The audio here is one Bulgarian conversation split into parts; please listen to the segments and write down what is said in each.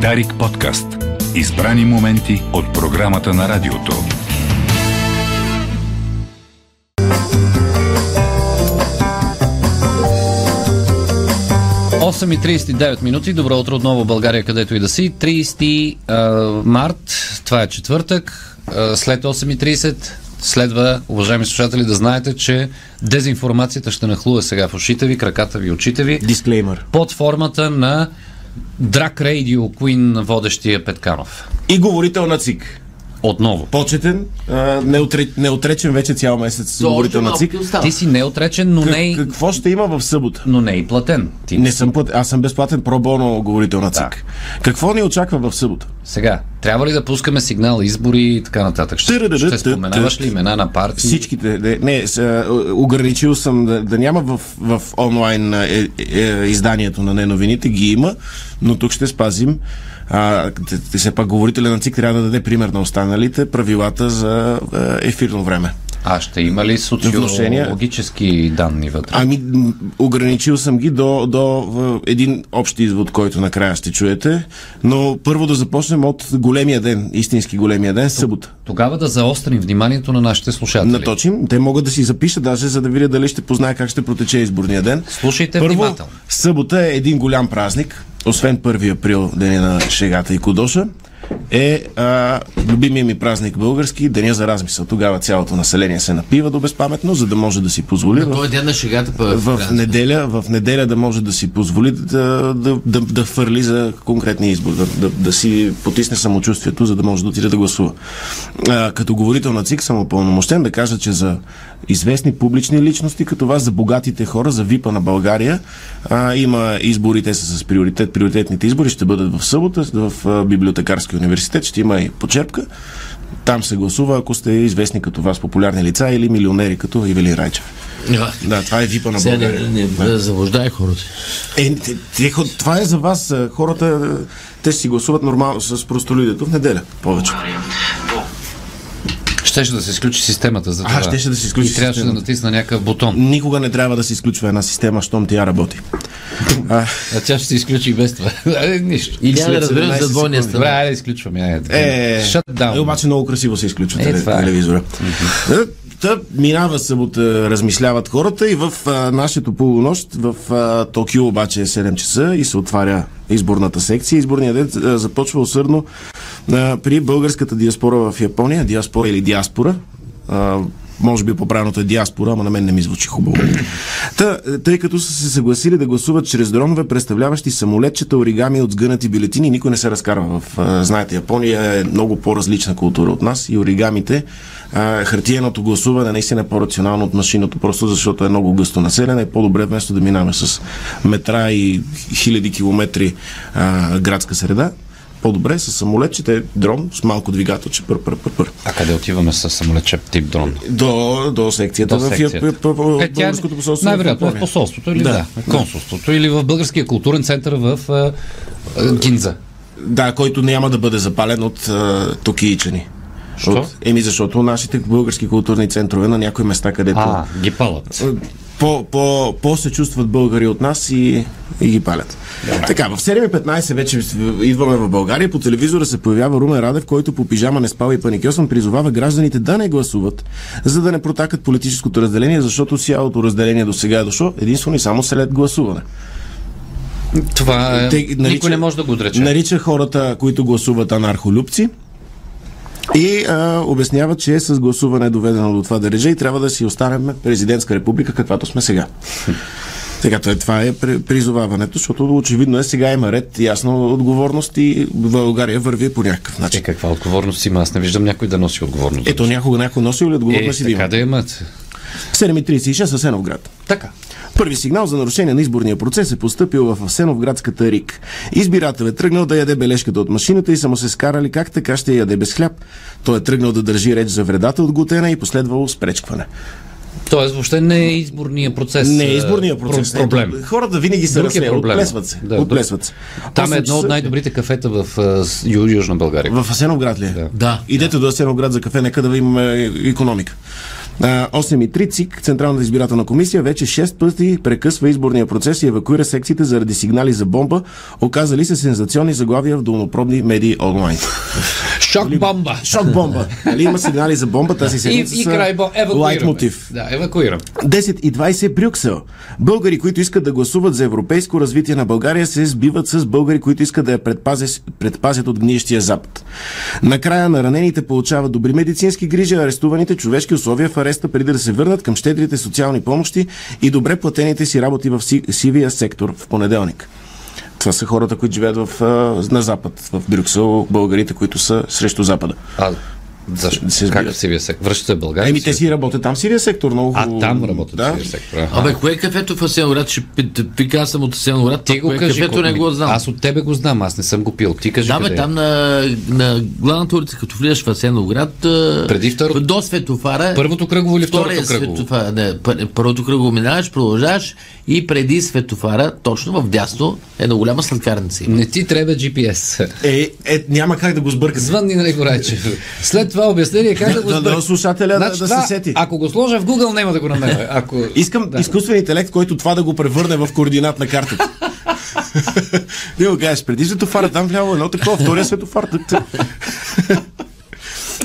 Дарик подкаст. Избрани моменти от програмата на радиото. Осем и 39 минути. Добро утро отново България, където и да си. 30 а, март, това е четвъртък. А, след 8.30 следва, уважаеми слушатели, да знаете, че дезинформацията ще нахлуе сега в ушите ви, краката ви, очите ви. Дисклеймър. Под формата на Драк Рейдио Куин, водещия Петканов. И говорител на ЦИК. Отново. Почетен, а, неутре, неотречен вече цял месец говорител на ЦИК. Ти си неотречен, но не, и- Какво ще има в събота? но не и платен. Ти. Не съм път, аз съм безплатен пробоно говорител на ЦИК. Какво ни очаква в събота? Сега, трябва ли да пускаме сигнал, избори и така нататък? Ще, Тъ-ръ-ръ-ръ-ръ. ще споменаваш ли имена на партии? Всичките. Не, не с, а, о- ограничил съм да, да няма в, в онлайн а, е, е, изданието на неновините, ги има, но тук ще спазим. А, т- т- все пак говорителя на ЦИК трябва да даде пример на останалите правилата за а, ефирно време. А ще има ли социологически данни вътре? Ами, м, ограничил съм ги до, до в, един общ извод, който накрая ще чуете. Но първо да започнем от големия ден, истински големия ден, събота. Тогава да заострим вниманието на нашите слушатели. Наточим. Те могат да си запишат даже, за да видят дали ще познае как ще протече изборния ден. Слушайте Първо, внимателно. събота е един голям празник. Освен 1 април, деня на шегата и кудоша, е а, любимия ми празник български, деня за размисъл. Тогава цялото население се напива до безпаметно, за да може да си позволи. в- Той е ден на шегата па, в в... неделя, в неделя да може да си позволи да, да, да, да фърли за конкретния избор, да, да, да си потисне самочувствието, за да може да отиде да гласува. А, като говорител на ЦИК съм упълномощен да кажа, че за известни публични личности, като вас, за богатите хора, за ВИПа на България, а, има избори, те са с приоритет. Приоритетните избори ще бъдат в събота, в а, Библиотекарския университет, ще има и почерпка. Там се гласува, ако сте известни като вас популярни лица или милионери като Ивелин Райчев. Да, това е ВИПа на Сега не, България. не, не да заблуждай хората. Е, те, те, хо- това е за вас. а, Хората, а, те си гласуват нормално с простолюдието в неделя. Повече. Щеше да се изключи системата за това. щеше да се изключи И трябваше да системата. натисна някакъв бутон. Никога не трябва да се изключва една система, щом тя работи. А, А тя ще се изключи и без това. Е, нищо. И няма да разбереш 17 за двойния секунди. Добре, стандарт. айде изключваме. Айде. е, Shutdown. е, обаче много красиво се изключва Е, теле- това е. телевизора. Е, Та, минава събота, размисляват хората и в а, нашето полунощ в а, Токио обаче е 7 часа и се отваря изборната секция. Изборният ден а, започва усърдно а, при българската диаспора в Япония, диаспора или диаспора. А, може би по-правилното е диаспора, ама на мен не ми звучи хубаво. Та, е, тъй като са се съгласили да гласуват чрез дронове, представляващи самолетчета, оригами от сгънати бюлетини, никой не се разкарва в... а, Знаете, Япония е много по-различна култура от нас и оригамите, а, хартиеното гласуване наистина е по-рационално от машиното, просто защото е много гъсто населено и по-добре вместо да минаваме с метра и хиляди километри а, градска среда, по-добре с самолетчета, е дрон с малко двигател, че пър, пър, пър, пър. А къде отиваме с самолечеп тип дрон? До, до секцията До Е, в секцията. Яп- Яп- Яп- Е, тя Българското посолство. в Най-вероятно в Япония. посолството или Да. да, в консулството или в Българския културен център в а, а, Гинза. Да, който няма да бъде запален от а, токиичани. Що? От, еми, защото нашите български културни центрове на някои места, където А, ги палат. Е, по, по, по се чувстват българи от нас и, и ги палят. Така, в 7.15 вече идваме в България. По телевизора се появява Румен Радев, който по пижама не спал и паникьосан призовава гражданите да не гласуват, за да не протакат политическото разделение, защото цялото разделение до сега е дошло единствено и само след гласуване. Това е... Те нали, Никой не може да го отрече. Нарича хората, които гласуват анархолюбци. И а, обяснява, че с гласуване е доведено до това държа и трябва да си останем президентска република, каквато сме сега. Така, той- това е при- призоваването, защото очевидно е сега има ред, ясно отговорност и България върви по някакъв Е, начин. каква отговорност има? Аз не виждам някой да носи отговорност. Ето някога някой носил ли е, отговорност си да така Е, има? да имат. 7.36 Асеновград. Така. Първи сигнал за нарушение на изборния процес е поступил в Асеновградската РИК. Избирател е тръгнал да яде бележката от машината и са му се скарали как така ще я яде без хляб. Той е тръгнал да държи реч за вредата от глутена и последвало спречкване. Тоест, въобще не е изборния процес. Не е а, изборния про- процес. Проблем. Ето, Хората винаги са Друг е разсеяни. проблема. Отплесват се. Да, Отплесват се. Там е Осем едно от часа- най-добрите кафета в а, с- Ю- Южна България. В Асеновград ли е? Да. Идете до Асеновград за кафе, нека да имаме економика. е, А, 8.3 ЦИК, Централната избирателна комисия, вече 6 пъти прекъсва изборния процес и евакуира секциите заради сигнали за бомба, оказали се сензационни заглавия в долнопробни медии онлайн. Шок бомба! Нали, Шок бомба! Нали има сигнали за бомба тази И, седмица? и са край бомба. лайт Евакуираме. мотив. Да, евакуирам. 10 и 20 Брюксел. Българи, които искат да гласуват за европейско развитие на България, се сбиват с българи, които искат да я предпазят, предпазят от гнищия Запад. Накрая на ранените получават добри медицински грижи, а арестуваните човешки условия в ареста преди да се върнат към щедрите социални помощи и добре платените си работи в си- сивия сектор в понеделник. Това са хората, които живеят в, а, на Запад, в Брюксел, българите, които са срещу Запада. А, защо? Се как сбиват. в сивия сектор? Връщате в България? Еми, в те сивия- си работят там, сивия сектор. Много А, хубаво. там работят в да. сивия сектор. Аха. Абе, кое е кафето в Асенорат? Ще пи- вика, аз съм от Асенорат. Ти го кое е кажи. кафето кой- не го знам. Аз от тебе го знам, аз не съм го пил. Ти кажи Да, къде бе, е. там на, на главната улица, като влизаш в Асеноград, Преди второто- до светофара. Първото кръгово или втория второто кръгово? Светофара, не, пър- първото кръгово минаваш, продължаваш и преди светофара, точно в дясно, е на голяма сладкарница. Не ти трябва GPS. Е, е, няма как да го сбъркат. Звънни на Райко Райчев. След това обяснение как да го да, сбър- Значи да, слушателя да- да се това, сети. Ако го сложа в Google, няма да го намеря. Ако... Искам да. изкуствен интелект, който това да го превърне в координат на картата. Ти го кажеш, преди светофара там вляво едно такова, втория светофар. тък, тък.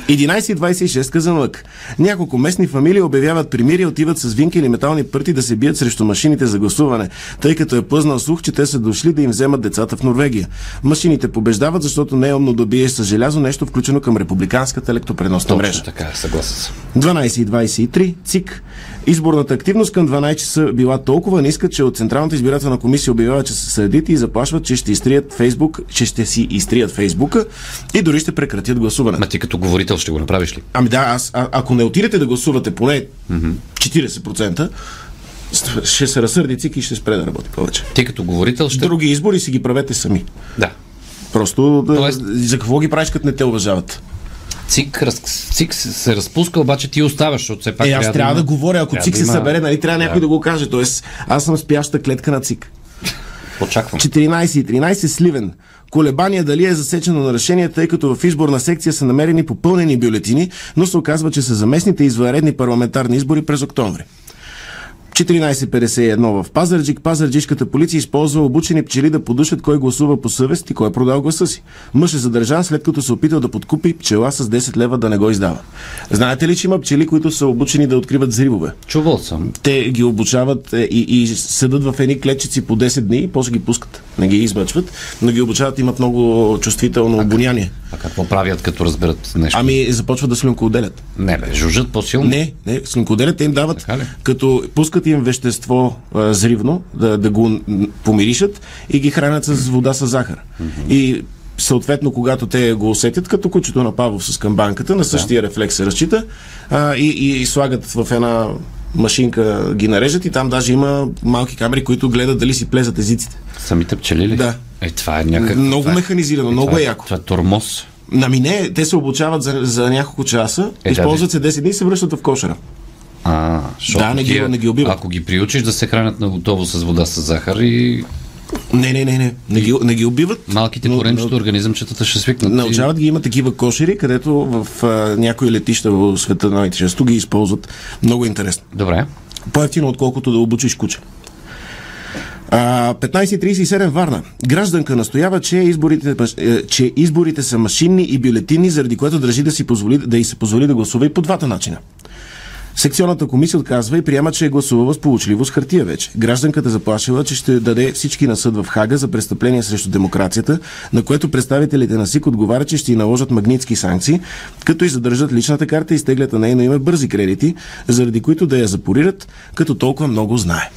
11.26 Казанлък. Няколко местни фамилии обявяват примири и отиват с винки или метални пърти да се бият срещу машините за гласуване, тъй като е плъзнал слух, че те са дошли да им вземат децата в Норвегия. Машините побеждават, защото не е умно да биеш с желязо нещо включено към републиканската електропреносна мрежа. Точно така, съгласен съм. 12.23, ЦИК. Изборната активност към 12 часа била толкова ниска, че от Централната избирателна комисия обявява, че са съдити и заплашват, че ще изтрият Фейсбук, че ще си изтрият Фейсбука и дори ще прекратят гласуването. Ма ти като говорител ще го направиш ли? Ами да, аз, а, ако не отидете да гласувате поне 40%, с- ще се разсърди ЦИК и ще спре да работи повече. Ти като говорител ще... Други избори си ги правете сами. Да. Просто да- Тоест- за какво ги правиш, като не те уважават? ЦИК, раз... ЦИК се се разпуска, обаче ти оставаш, защото все пак Е, аз трябва да, има- говоря, ако трябва ЦИК да се има- събере, нали трябва някой да го каже. Тоест, аз съм спяща клетка на ЦИК. Очаквам. 14 и 13 Сливен. Колебание дали е засечено на решение, тъй като в изборна секция са намерени попълнени бюлетини, но се оказва, че са за местните извънредни парламентарни избори през октомври. 14.51 в Пазарджик. Пазарджишката полиция използва обучени пчели да подушат кой гласува по съвест и кой е продал гласа си. Мъж е задържан след като се опитал да подкупи пчела с 10 лева да не го издава. Знаете ли, че има пчели, които са обучени да откриват зривове? Чувал съм. те ги обучават е, и, и седат в едни клетчици по 10 дни и после ги пускат. Не ги измъчват, но ги обучават, имат много чувствително обоняние. А какво правят, като разберат нещо? Ами започват да слюнкоотделят. Не бе, жужат по-силно. Не, не, слюнкоделят те им дават, Така ли? като пускат им вещество а, зривно, да, да го м, помиришат и ги хранят с вода с захар. И съответно, когато те го усетят, като кучето на Павлов с камбанката, на същия рефлекс се разчита а, и, и, и слагат в една машинка, ги нарежат и там даже има малки камери, които гледат дали си плезат езиците. Самите пчели ли? Да. Е, това е някакъв... много това е- механизирано, много това е яко. Това е тормоз. Ами не, те се обучават за, за няколко часа, Е, да, използват се 10 дни и се връщат в кошера. А, защото Да, не ги- тия- не ги убиват. Ако ги приучиш да се хранят на готово с вода с захар и Не, не, не, не. Не ги, не ги убиват. малките но- коренчета, организъмчетата ще свикнат. Научават ги, има такива кошери, където в а, някои летища в света на често ги използват. Много интересно. И... Добре. По-ефтино, отколкото да обучиш куче. А, 15.37 Варна. Гражданка настоява, че изборите, е, че изборите са машинни и бюлетини, заради което държи да, си позволи, да й се позволи да гласува и по двата начина. Секционната комисия отказва и приема, че е гласувала с получливо с хартия вече. Гражданката заплашила, че ще даде всички на съд в Хага за престъпление срещу демокрацията, на което представителите на СИК отговарят, че ще й наложат магнитски санкции, като и задържат личната карта и изтеглят на нейно име бързи кредити, заради които да я запорират, като толкова много знае.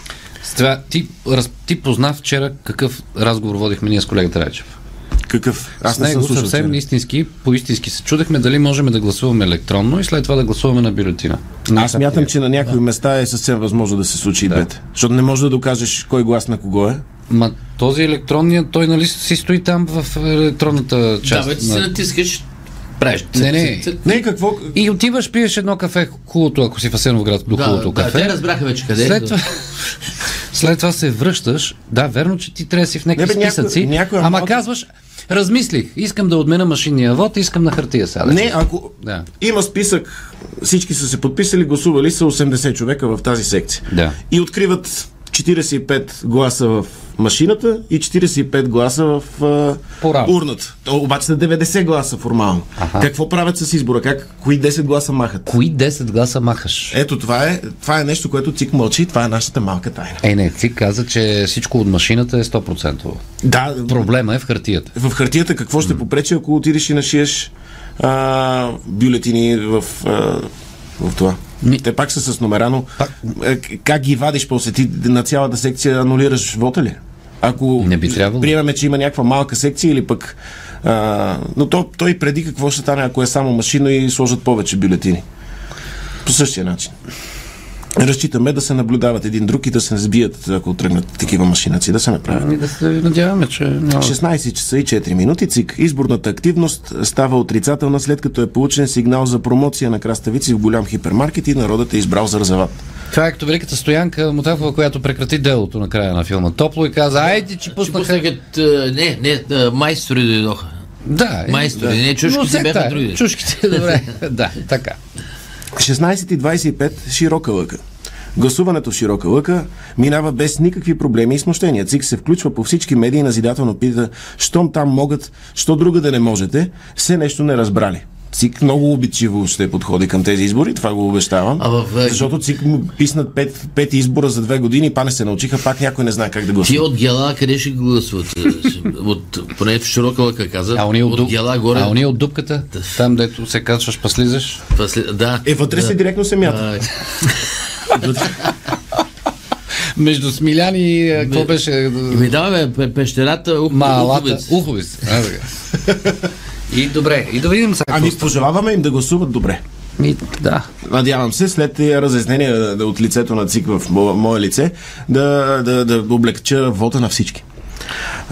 С това, ти, раз, ти позна вчера какъв разговор водихме ние с колегата Райчев. Какъв? С него съвсем вчера. истински, по-истински се чудехме дали можем да гласуваме електронно и след това да гласуваме на бюлетина. Аз смятам, че на някои места е съвсем възможно да се случи и двете. Защото не може да докажеш кой глас на кого е. Ма този електронният, той нали си стои там в електронната Да, част. бе, ти се на... натискаш, правиш. цък, Не, не. цък, цък. Не, какво? И отиваш, пиеш едно кафе, хубавото, ако си в Асеновград, до Да, хубавото да, кафе. те разбраха вече къде. е. След това, след това се връщаш. Да, верно, че ти трябва да си в някакви Не, бе, някой- списъци, някоя ама малка- казваш, размислих, искам да отмена машинния вод, искам на хартия сега. да Не, си». ако Значи, Да. да. има списък, всички са се подписали, гласували са 80 човека в тази секция. Да. И откриват 45 гласа в машината и 45 гласа в а, По равно. урната. То, обаче са 90 гласа формално. Аха. Какво правят с избора? Как, кои 10 гласа махат? Кои 10 гласа махаш? Ето това е, това е нещо, което ЦИК мълчи. Това е нашата малка тайна. Е, не, ти каза, че всичко от машината е 100%. Да, Проблема е в хартията. в хартията какво ще попречи, ако отидеш и нашиеш а, бюлетини в, а, в това? Ми- Те пак са с номера, но Пак- е, к- как ги вадиш после? Ти на цялата секция анулираш вота ли? Ако Не би трябвало. приемаме, че има някаква малка секция или пък... А, но то, той преди какво ще стане, ако е само машина и сложат повече бюлетини? По същия начин. Разчитаме да се наблюдават един друг и да се не сбият, ако тръгнат такива машинаци да се направят. Ами да се надяваме, че няма. 16 часа и 4 минути ЦИК. Изборната активност става отрицателна след като е получен сигнал за промоция на краставици в голям хипермаркет и народът е избрал за разават. Това е като великата стоянка Мутафова, която прекрати делото на края на филма Топло и каза, айде, че Ще пуснаха... пуснаха... т- Не, не, а, майстори дойдоха. Да, е, Майстори, не, чушките Но все бяха тая, други. Чушките, добре. да, така. 16.25 широка лъка. Гласуването в широка лъка минава без никакви проблеми и смущения. ЦИК се включва по всички медии и назидателно пита, щом там могат, що друга да не можете, все нещо не разбрали. ЦИК много обичиво ще подходи към тези избори, това го обещавам. А в- Защото ЦИК му писнат пет, пет избора за две години, па не се научиха, пак някой не знае как да гласува. Ти от гела къде ще гласуват? Е, от, поне в широка лъка каза. А уния от, от дуб- гела горе. а уния от дупката, там дето се качваш, па слизаш. това след- Да. Е, вътре да. се директно се мята. А, Между Смилян и... а, Какво беше? И ми даваме пе- пещерата Ух- Малата. Уховец. Уховец. А, така. И добре, и да видим сега. Ами какво пожелаваме им да гласуват добре. става. Ми, да. Надявам се, след тия разяснения да- от лицето на ЦИК в мо- мое лице, да, да, да облегча вота на всички.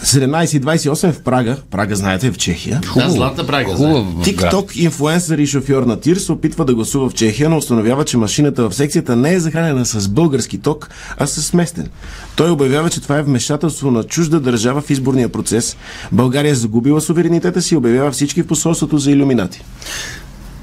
17.28 в Прага. Прага, знаете, е в Чехия. Да, Златна Прага. знаеш. Хубаво. Тикток инфлуенсър и шофьор на тир се опитва да гласува в Чехия, но установява, че машината в секцията не е захранена с български ток, а с сместен. Той обявява, че това е вмешателство на чужда държава в изборния процес. България е загубила суверенитета си и обявява всички в посолството за иллюминати.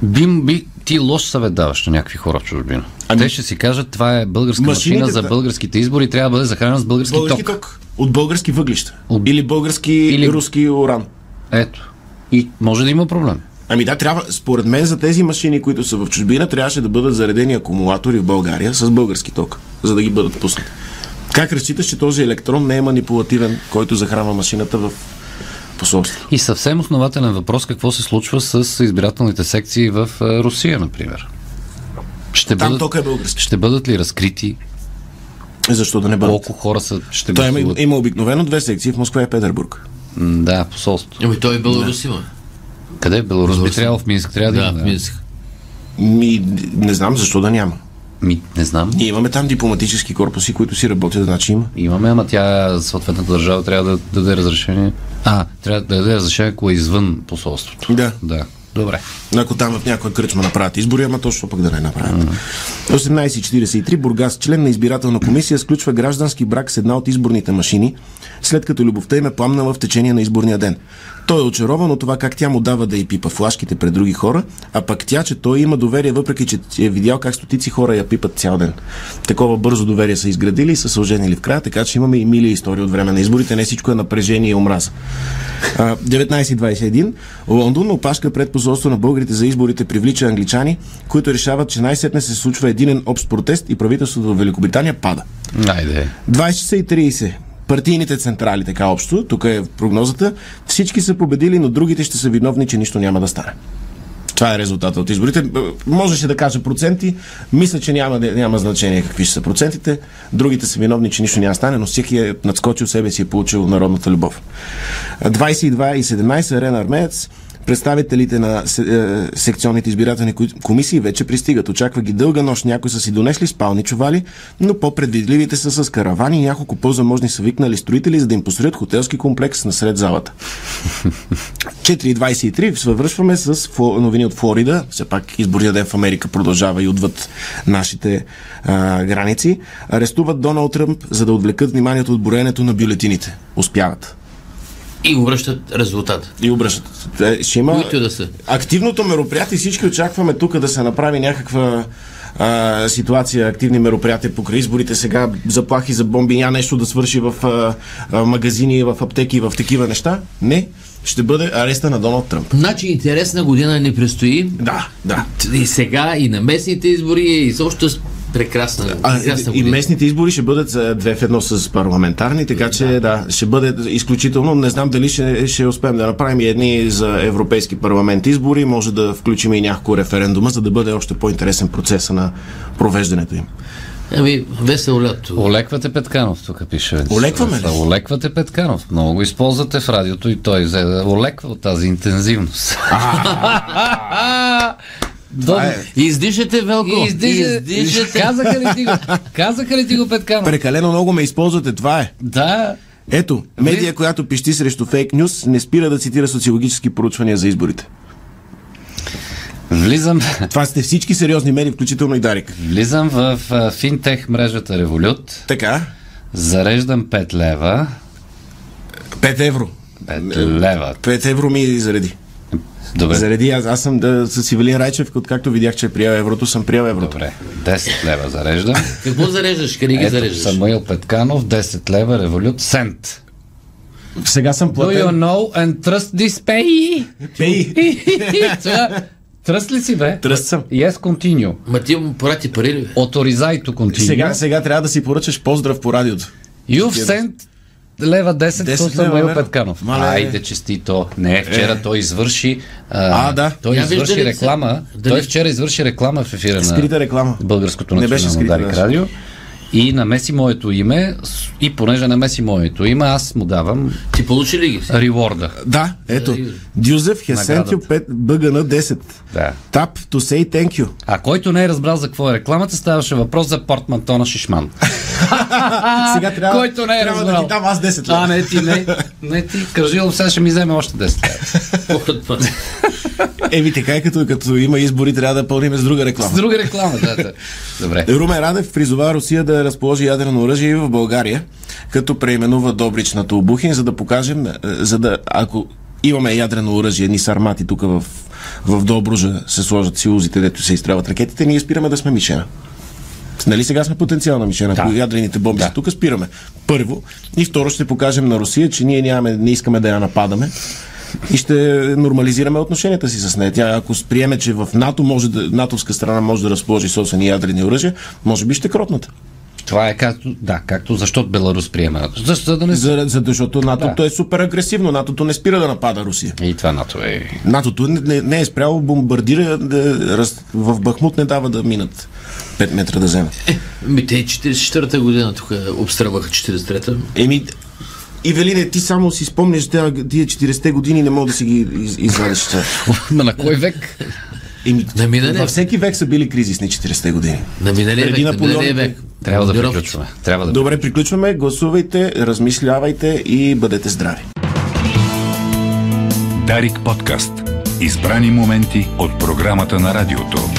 Би, би, ти лош съвет даваш на някакви хора в чужбина. Ами... Те ще си кажат, това е българска Машините машина за да- българските избори, трябва да бъде захранена с български, Български ток. ток. От български въглища. От- Или български Или- Или... руски уран. Ето. И може да има проблем. Ами да, трябва, според мен, за тези машини, които са в чужбина, трябваше да бъдат заредени акумулатори в България с български ток, за да ги бъдат пуснати. Как разчиташ, че този електрон не е манипулативен, който захранва машината в посолство? И съвсем основателен въпрос, какво се случва с избирателните секции в а, Русия, например. Ще Там бъдат, тока е български. ще бъдат ли разкрити? Защо да не бъдат? Колко хора са, ще Той има, гласуват? има обикновено две секции в Москва и Петербург. М, Да, посолство. Ами той е Беларус има. Къде? е Беларус би Беларус. трябвало в Минск. Трябва да, Да, има, в Минск. Ми, не знам защо да няма. Ми, не знам. Ние имаме там дипломатически корпуси, които си работят, значи има. Имаме, ама тя, съответната държава, трябва да даде разрешение. А, трябва да даде разрешение, ако е извън посолството. Да. Да. Добре. Ако там в някоя кръчма направят избори, ама точно пък да не направят. 1843 Бургас, член на избирателна комисия, сключва граждански брак с една от изборните машини, след като любовта им е пламнала в течение на изборния ден. Той е очарован от това как тя му дава да й пипа флашките пред други хора, а пък тя, че той има доверие, въпреки че е видял как стотици хора я пипат цял ден. Такова бързо доверие са изградили и са се оженили в края, така че имаме и мили истории от време на изборите, не всичко е напрежение и омраза. А, 1921. Лондон опашка пред посолство на българите за изборите привлича англичани, които решават, че най-сетне се случва единен общ протест и правителството в Великобритания пада. Айде. 20 часа и 30. Партийните централи, така общо, тук е прогнозата, всички са победили, но другите ще са виновни, че нищо няма да стане. Това е резултата от изборите. Б- Можеше да кажа проценти. Мисля, че няма, да- няма значение какви ще са процентите. Другите са виновни, че нищо няма да стане, но всеки е надскочил себе си и е получил народната любов. 22 и 17 Арена Армеец Представителите на се- е, секционните избирателни кои- комисии вече пристигат. Очаква ги дълга нощ. Някои са си донесли спални чували, но по-предвидливите са с каравани и няколко по-заможни са викнали строители, за да им построят хотелски комплекс насред залата. 4.23 свършваме с фло- новини от Флорида. Все пак изборния ден в Америка продължава и отвъд нашите а, граници. Арестуват Доналд Тръмп, за да отвлекат вниманието от броенето на бюлетините. Успяват. И обръщат резултата. И обръщат. Е, Ще има Които и да са. активното мероприятие. Всички очакваме тук да се направи някаква а, ситуация, активни мероприятия покрай изборите. Сега заплахи за бомби, няма нещо да свърши в а, а, магазини, в аптеки, в такива неща. Не. Ще бъде ареста на Доналд Тръмп. Значи интересна година ни предстои. Да, да. И сега, и на местните избори, и също с- прекрасна, А, прекрасна и година. местните избори ще бъдат а, две в едно с парламентарни, така че да, ще бъде изключително. Не знам дали ще, ще успеем да направим и едни за Европейски парламент избори. Може да включим и няколко референдума, за да бъде още по-интересен процеса на провеждането им. Ами, весело лято. Олеквате Петканов, тук пише. Венци. Олекваме ли? Олеквате Петканов. Много го използвате в радиото и той взе да олеква от тази интензивност. Добре. е- Издишате, Велко! И издиже- Издишате! Казаха ли ти го? Казаха ли ти го Петканов? Прекалено много ме използвате, това е. Да. Ето, медия, която пищи срещу фейк нюс, не спира да цитира социологически проучвания за изборите. Влизам, Това сте всички сериозни медии, включително и Дарик. влизам в а, финтех мрежата Револют, Така, зареждам 5 лева, 5 евро. 5 лева. 5 евро ми зареди. Добре, Заради аз, аз съм да, с Ивелин Райчев, откакто видях, че е приел еврото, съм приел еврото. добре. 10 лева зареждам. Какво зареждаш? Къде ги Ето, зареждаш? Самуил Петканов, 10 лева, Револют, сент. Сега съм Do you платен. know and trust this pay? Пей, Сега, Тръст ли си, бе? тръст съм. Yes, continue. Ма ти му порати пари ли? бе? Authorize to continue. Сега, сега трябва да си поръчаш поздрав по радиото. You've sent лева 10, 10 10 със лева, Самуил верно. Петканов. Мале. Е. Айде, честито. Не, вчера той извърши... А, да. Той Я извърши виждали се. реклама. Дали- Той вчера извърши реклама в ефира Скрита на реклама. Българското Не беше национално скрита, Дарик да. радио. И намеси моето име. с- И понеже намеси моето име, аз му давам Ти получи ли ги? реворда. Да, ето. Дюзеф Хесентю 5 бъгана 10. Да. Тап to say thank you. А който не е разбрал за какво е рекламата, ставаше въпрос за портмантона Шишман. сега трябва, който не е трябва да разбрал. ти дам аз 10 лева. А, не, ти не. Не, ти кажи, но сега ще ми вземе още 10 лева. Еми така, е, като, като има избори, трябва да пълним с друга С реклама. друга реклама, да, да. Добре. Румен Радев призова Русия да разположи ядрено оръжие и в България, като преименува Добрич на Толбухин, за да покажем, е, за да, ако имаме ядрено оръжие, ни сармати тук в, в Добружа се сложат силузите, дето се изстрелват ракетите, ние спираме да сме мишена. Нали сега сме потенциална мишена, ако ядрените бомби са тук, спираме. Първо. И второ ще покажем на Русия, че ние нямаме, не искаме да я нападаме. И ще нормализираме отношенията си с нея. Тя, ако приеме, че в НАТО може да, натовска страна може да разположи собствени ядрени оръжия, може би ще кротнат. Това е както, да, както защото Беларус приема. За, за да не за... За, за, защото НАТО Да. да. е супер агресивно. НАТО не спира да напада Русия. И това НАТО е. НАТО не, не, не е спряло, бомбардира, да, раз, в Бахмут не дава да минат 5 метра да вземат. Ми те 44-та година тук обстрелваха 43-та. Еми, Ивелине, ти само си спомняш тя- тия 40-те години не мога да си ги из- извадиш. това. Ма на кой век? Еми, На миналия- във всеки век са били кризисни 40-те години. На миналия Преди век. На Наполеон. миналия век. Трябва да Командировки. приключваме. Трябва да Добре, приключваме, гласувайте, размислявайте и бъдете здрави. Дарик подкаст. Избрани моменти от програмата на радиото.